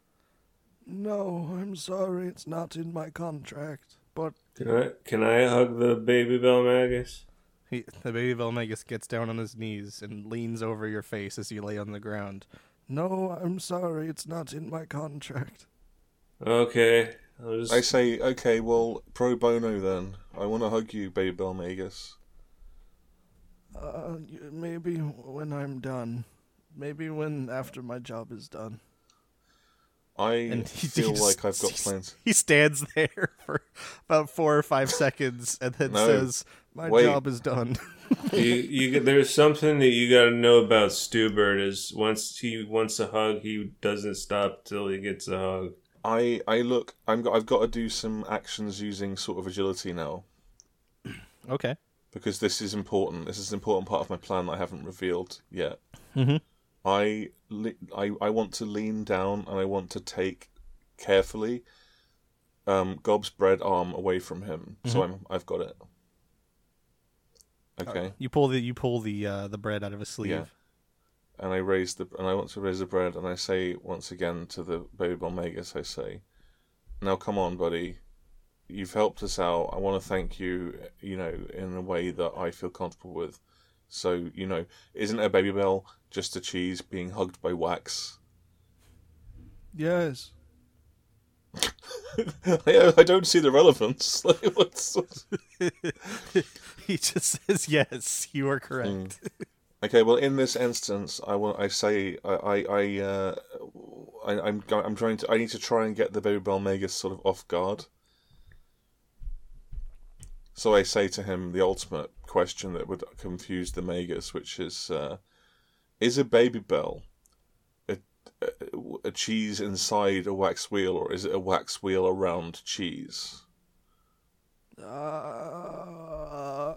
F: No, I'm sorry, it's not in my contract. But
B: Can I can I hug the baby bell magus?
A: He, the baby Velmagus gets down on his knees and leans over your face as you lay on the ground.
F: no, I'm sorry, it's not in my contract.
B: Okay, I'll just
C: I say, okay, well, pro bono then. I want to hug you, Baby Bell Magus.
F: Uh, y- maybe when I'm done. Maybe when after my job is done.
C: I
A: And he, he
C: feel
A: just-
C: like I've got
A: he-
C: plans.
A: He stands there for about four or five seconds and then
C: No.
A: says, "My
C: Wait.
A: job is done."
B: you, you get- there's something that you got to know about Stubert is once he wants a hug, he doesn't stop till he gets a hug.
C: I, I look, I'm, go- I've got to do some actions using sort of agility now.
A: okay.
C: because this is important. This is an important part of my plan that I haven't revealed yet. I, le- I I want to lean down and I want to take carefully um, Gob's bread arm away from him. So I'm I've got it. Okay,
A: You pull the you pull the uh, the bread out of his sleeve.
C: Yeah. and I raise the and I want to raise the bread and I say once again to the baby Bonmagus, I say, now come on, buddy. You've helped us out. I want to thank you, you know, in a way that I feel comfortable with. So, you know, isn't a baby bell just a cheese being hugged by wax?
F: Yes.
C: I, I don't see the relevance. Like, what's, what's-
A: He just says, "Yes, you are correct."
C: Mm. Hmm. Okay, well, in this instance, I want I say I I I, uh, I I'm go- I'm trying to I need to try and get the baby bell magus sort of off guard. So I say to him the ultimate question that would confuse the magus, which is, uh, is a baby bell a, a, a cheese inside a wax wheel, or is it a wax wheel around cheese?
F: Uh,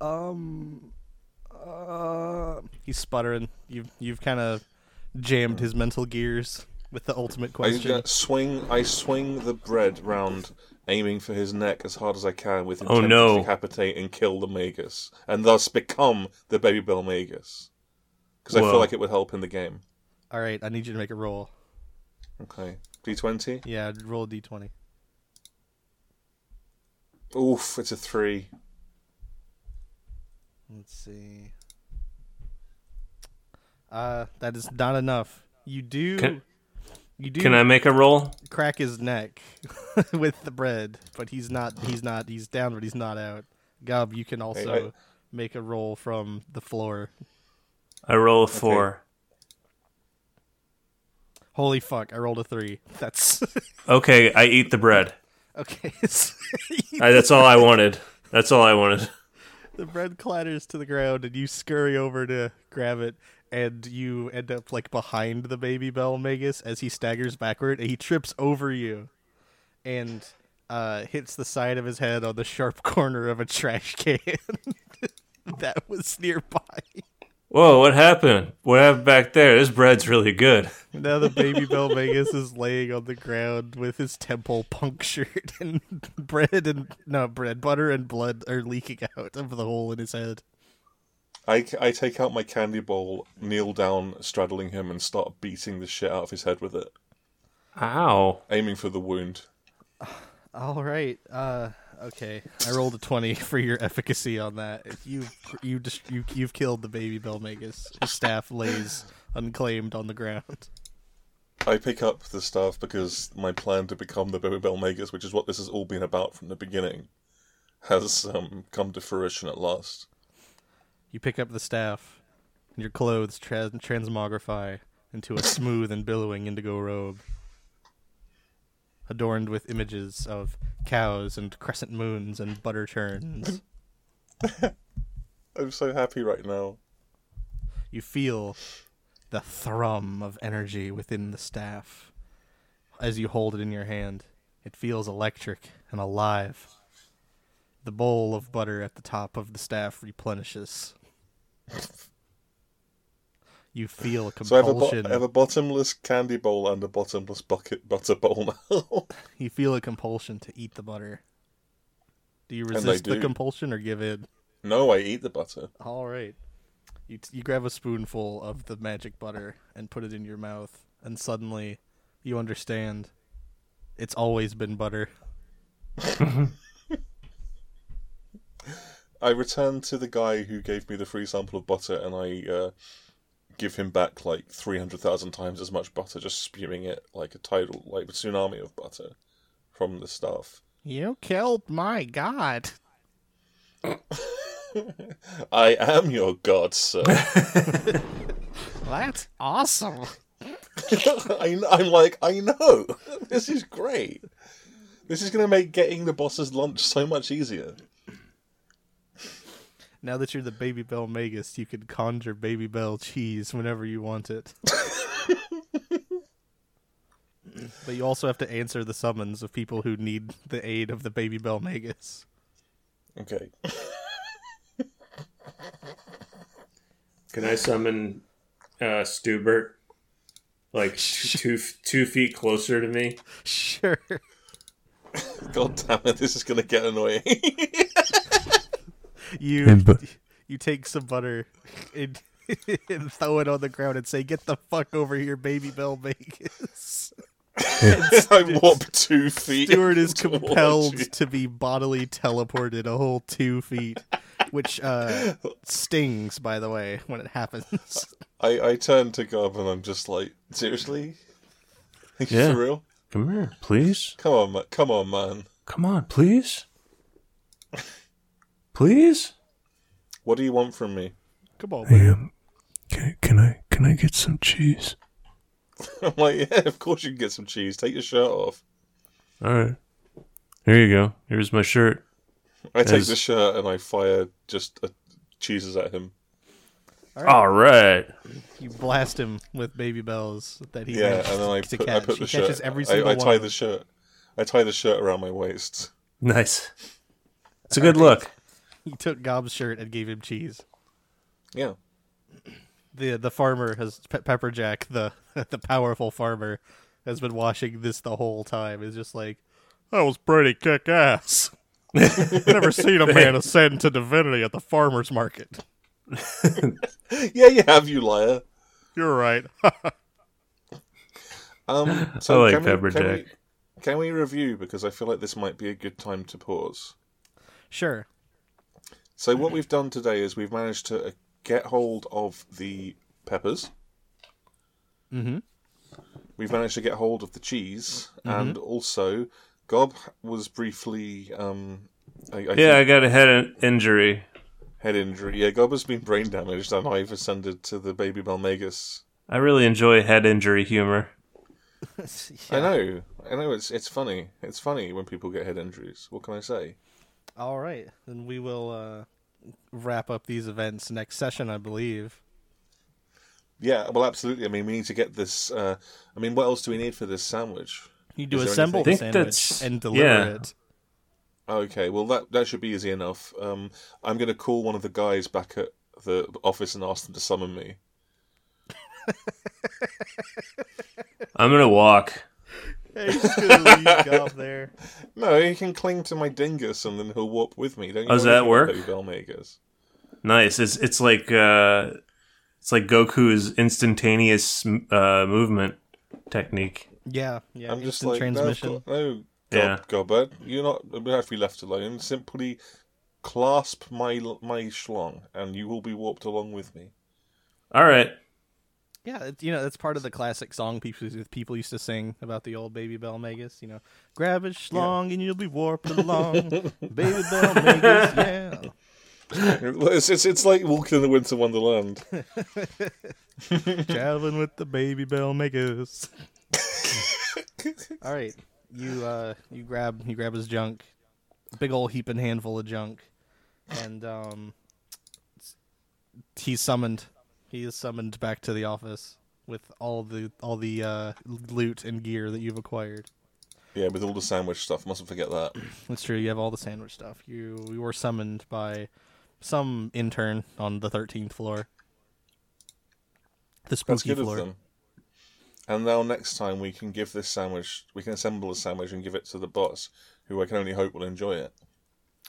F: um, uh,
A: He's sputtering. You've you've kind of jammed his mental gears with the ultimate
C: I
A: question.
C: uh, swing. I swing the bread round, aiming for his neck as hard as I can, with intent
B: Oh, no.
C: to decapitate and kill the magus, and thus become the baby bell magus. Because I
B: Whoa.
C: feel like it would help in the game.
A: All right, I need you to make a roll.
C: Okay, d twenty.
A: Yeah, roll a d twenty.
C: Oof, it's a three.
A: Let's see. Uh, that is not enough. You do.
B: Can-
A: you do
B: Can I make a roll?
A: crack his neck with the bread, but he's not. He's not. He's down, but he's not out. Gob, you can also
C: I-
A: make a roll from the floor.
B: I roll a four.
A: Holy fuck! I rolled a three. That's
B: Okay, I eat the bread.
A: okay. so
B: I, that's all I wanted. That's all I wanted.
A: the bread clatters to the ground, and you scurry over to grab it. And you end up like behind the baby bell magus as he staggers backward, and he trips over you, and uh, hits the side of his head on the sharp corner of a trash can that was nearby.
B: Whoa, what happened? What happened back there? This bread's really good.
A: Now the baby Bell Vegas is laying on the ground with his temple punctured and bread and no bread, butter and blood are leaking out of the hole in his head.
C: I, I take out my candy bowl, kneel down, straddling him, and start beating the shit out of his head with it,
B: Ow.
C: aiming for the wound.
A: All right. Uh okay. I rolled a 20 for your efficacy on that. You you just you you've killed the baby Bell Vegas. His staff lays unclaimed on the ground.
C: I pick up the staff because my plan to become the Baby Bell Magus, which is what this has all been about from the beginning, has um, come to fruition at last.
A: You pick up the staff and your clothes tra- transmogrify into a smooth and billowing indigo robe. adorned with images of cows and crescent moons and butter churns.
C: I'm so happy right now.
A: You feel the thrum of energy within the staff as you hold it in your hand. It feels electric and alive. The bowl of butter at the top of the staff replenishes. You feel a
C: So I have a, bo-
A: compulsion.
C: I have a bottomless candy bowl and a bottomless bucket butter bowl now.
A: You feel a compulsion to eat the butter. Do you
C: I
A: resist the
C: do.
A: compulsion or give in?
C: no, I eat the butter.
A: All right. You t- you grab a spoonful of the magic butter and put it in your mouth, and suddenly you understand. It's always been butter.
C: I return to the guy who gave me the free sample of butter and I uh, give him back like 300,000 times as much butter, just spewing it like a tidal, like a tsunami of butter from the staff.
D: You killed my god.
C: I am your god, sir.
D: That's awesome.
C: I, kn- I'm like, I know. This is great. This is going to make getting the boss's lunch so much easier.
A: Now that you're the Baby Bell Magus, you can conjure Baby Bell cheese whenever you want it. but you also have to answer the summons of people who need the aid of the Baby Bell Magus.
C: Okay.
B: Can I summon uh, Stubert? Like t- two two feet closer to me.
A: Sure.
C: God damn it, this is going to get annoying.
A: you
G: And bu-
A: you take some butter and, and throw it on the ground and say, "Get the fuck over here, baby Bell Vegas."
C: I walk two feet.
A: Stewart is
C: towards
A: compelled
C: you.
A: to be bodily teleported a whole two feet, which uh, stings, by the way, when it happens.
C: I, I turn to Gob and I'm just like, seriously? Are you
G: Yeah.
C: for real?
G: Come here, please.
C: Come on, man. Come on, man.
G: Come on, please. Please.
C: What do you want from me?
A: Come on,
G: Hey, um, can, can I can I get some cheese?
C: I'm like, yeah, of course you can get some cheese. Take your shirt off.
G: All right. Here you go. Here's my shirt.
C: I take
G: As-
C: the shirt and I fire just uh, cheeses at him.
G: All right.
A: you blast him with baby bells that he
C: Yeah,
A: managed
C: and then I
A: to
C: put, I
A: catch.
C: put the
A: he
C: shirt.
A: catches every
C: I-
A: single
C: I,
A: one.
C: tie
A: of
C: the
A: them.
C: shirt. I tie the shirt around my waist.
G: Nice. It's a good look.
A: He took Gob's shirt and gave him cheese.
C: Yeah.
A: the the farmer has Pe- Pepperjack, the the powerful farmer, has been watching this the whole time. Is just like that was pretty kick ass. Never seen a man ascend to divinity at the farmer's market.
C: Yeah, you have, you liar.
A: You're right.
C: Um, so
G: like
C: can we, can,
G: Pepperjack.
C: we, can we review? Because I feel like this might be a good time to pause.
A: sure.
C: So what we've done today is we've managed to uh, get hold of the peppers.
A: Mhm.
C: We've managed to get hold of the cheese,
A: Mm-hmm.
C: and also Gob was briefly um, I, I
G: Yeah,
C: think
G: I got a head in- injury.
C: head injury. Yeah, Gob has been brain damaged, and I've ascended to the baby Belmagus.
G: I really enjoy head injury humor.
C: I know, I know. It's it's funny. It's funny when people get head injuries. What can I say?
A: All right, then we will uh, wrap up these events next session, I believe.
C: Yeah, well, absolutely. I mean, we need to get this. Uh, I mean, what else do we need for this sandwich?
A: You do
C: Is there
A: assemble the
G: anything- Think
A: sandwich
G: that's-
A: and deliver
G: yeah.
A: it.
C: Okay, well that that should be easy enough. Um, I'm going to call one of the guys back at the office and ask them to summon me.
G: I'm gonna walk.
A: Gob there.
C: No, he can cling to my dingus and then he'll warp with me. Don't you?
G: Oh, does
C: worry
G: that
C: about
G: work?
C: Baby Bellmakers.
G: Nice. It's it's like uh, it's like Goku's instantaneous uh, movement technique.
A: Yeah, yeah.
C: I'm just
A: instant
C: like
A: transmission.
C: no, of cour- no Gob,
G: Yeah.
C: Gobbert, you're not. We have to be left alone. Simply clasp my my schlong and you will be warped along with me.
G: All right.
A: Yeah, it, you know that's part of the classic song people people used to sing about the old baby Bell Magus. You know, grab a schlong and you'll be warped along, baby Bell Magus. Yeah,
C: it's, it's it's like walking in the winter wonderland.
A: traveling with the baby Bell Magus. All right, you uh you grab you grab his junk, big old heaping handful of junk, and um, he's summoned. He is summoned back to the office with all the all the uh, loot and gear that you've acquired.
C: Yeah, with all the sandwich stuff. Mustn't forget that.
A: That's true. You have all the sandwich stuff. You you were summoned by some intern on the thirteenth floor. The
C: That's
A: spooky
C: good
A: floor.
C: of them. And now next time we can give this sandwich, we can assemble a sandwich and give it to the boss, who I can only hope will enjoy it.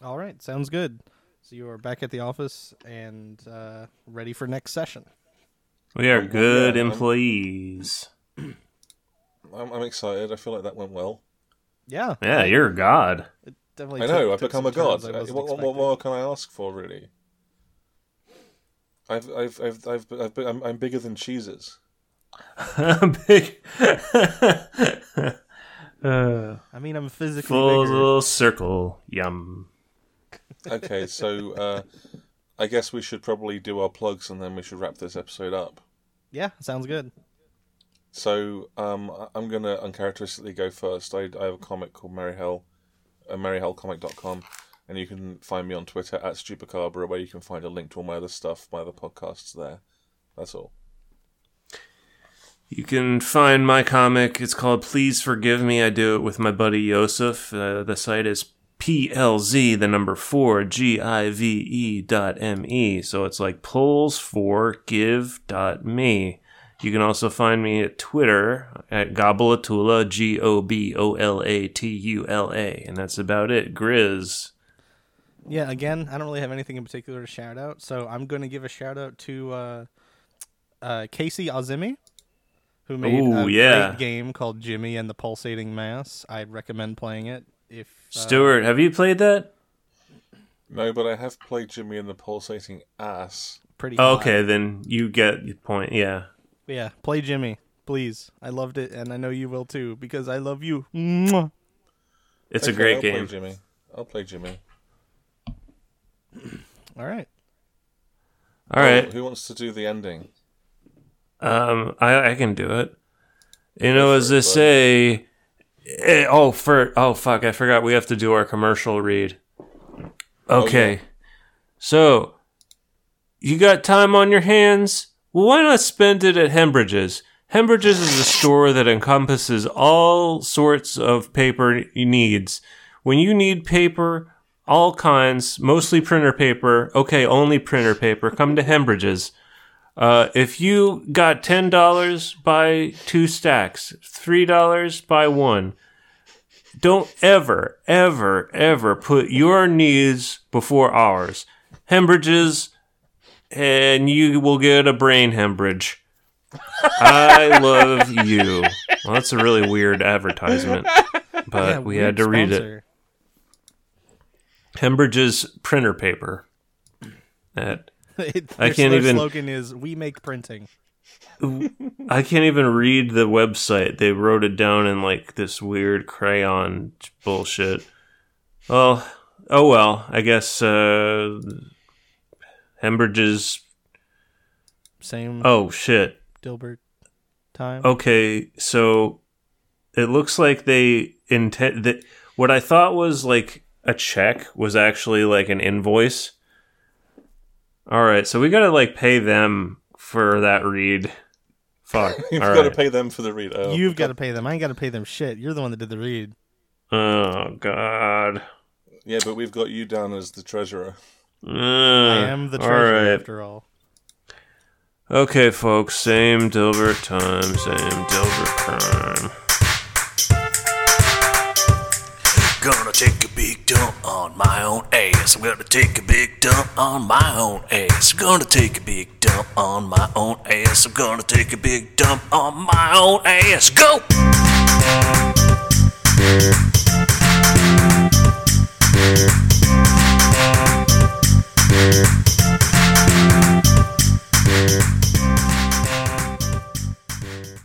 A: All right, sounds good. So you are back at the office and uh, ready for next session.
B: We are
C: yeah,
B: good
C: I'm-
B: employees.
C: I'm, I'm excited. I feel like that went well.
A: Yeah,
B: Yeah, you're a god.
A: it definitely.
C: I know.
A: took-
C: I've
A: took
C: become
A: some
C: a god.
A: turns I wasn't
C: what, what- what
A: expecting.
C: more can I ask for, really? I've, I've, I've, I've, I've, I'm, I'm bigger than cheeses.
B: Big. uh,
A: I mean, I'm physically
B: full
A: bigger.
B: little circle. Yum.
C: Okay, so uh, I guess we should probably do our plugs and then we should wrap this episode up.
A: Yeah, sounds good.
C: So um, I- I'm going to uncharacteristically go first. I, I have a comic called Mary Hell, uh, maryhellcomic.com, and you can find me on Twitter at Stupacabra, where you can find a link to all my other stuff, my other podcasts there. That's all.
B: You can find my comic. It's called Please Forgive Me. I do it with my buddy Yosef. Uh, the site is plz the number four g i v e dot m e. So it's like polls for give E dot me. You can also find me at Twitter at Gobolatula G O B O L A T U L A, and that's about it. Grizz.
A: Yeah, again, I don't really have anything in particular to shout out, so I'm going to give a shout out to uh, uh, Casey Azimi, who made
B: Ooh,
A: a
B: yeah.
A: great game called Jimmy and the Pulsating Mass. I recommend playing it if uh,
B: Stuart, have you played that?
C: No, but I have played Jimmy and the Pulsating Ass.
A: pretty. hot.
B: Okay, then you get the point. Yeah.
A: Yeah, play Jimmy, please. I loved it, and I know you will too because I love you. Mwah.
B: It's a
C: Okay,
B: great
C: I'll
B: game.
C: Play Jimmy. I'll play Jimmy.
A: All right.
B: All right.
C: Who wants to do the ending?
B: Um, I, I can do it. You know, as they
C: it,
B: say, eh, oh for oh fuck, I forgot we have to do our commercial read. Okay, so you got time on your hands? Well, why not spend it at Hembridge's? Hembridge's is a store that encompasses all sorts of paper you needs. When you need paper, all kinds, mostly printer paper. Okay, only printer paper. Come to Hembridge's. Uh, if you got ten dollars, buy two stacks. Three dollars, buy one. Don't ever, ever, ever put your needs before ours. Hembridges, and you will get a brain hembridge. I love you. Well, that's a really weird advertisement, but
A: Yeah,
B: we
A: weird
B: had to read it.
A: sponsor.
B: Hembridge's printer paper.
A: It-
B: That I
A: their-
B: can't
A: their
B: even-
A: slogan is "We make printing."
B: I can't even read the website. They wrote it down in like this weird crayon bullshit. Well, oh well. I guess uh Hembridge's.
A: Same
B: Oh shit.
A: Dilbert time.
B: Okay, so it looks like they intend that what I thought was like a check was actually like an invoice. All right, so we gotta like pay them for that read. Fuck.
C: You've
B: All
C: got to
B: right.
C: pay them for the read. Oh,
A: You've got to pay them. I ain't got to pay them shit. You're the one that did the read.
B: Oh god.
C: Yeah, but we've got you down as the treasurer.
B: Uh,
A: I am the treasurer after all.
B: Okay, folks. Same Dilbert time. Same Dilbert time.
F: Gonna take a big dump on my own ass. I'm gonna take a big dump on my own ass. I'm gonna take a big dump on my own ass. I'm gonna take a big dump on my own ass. Go!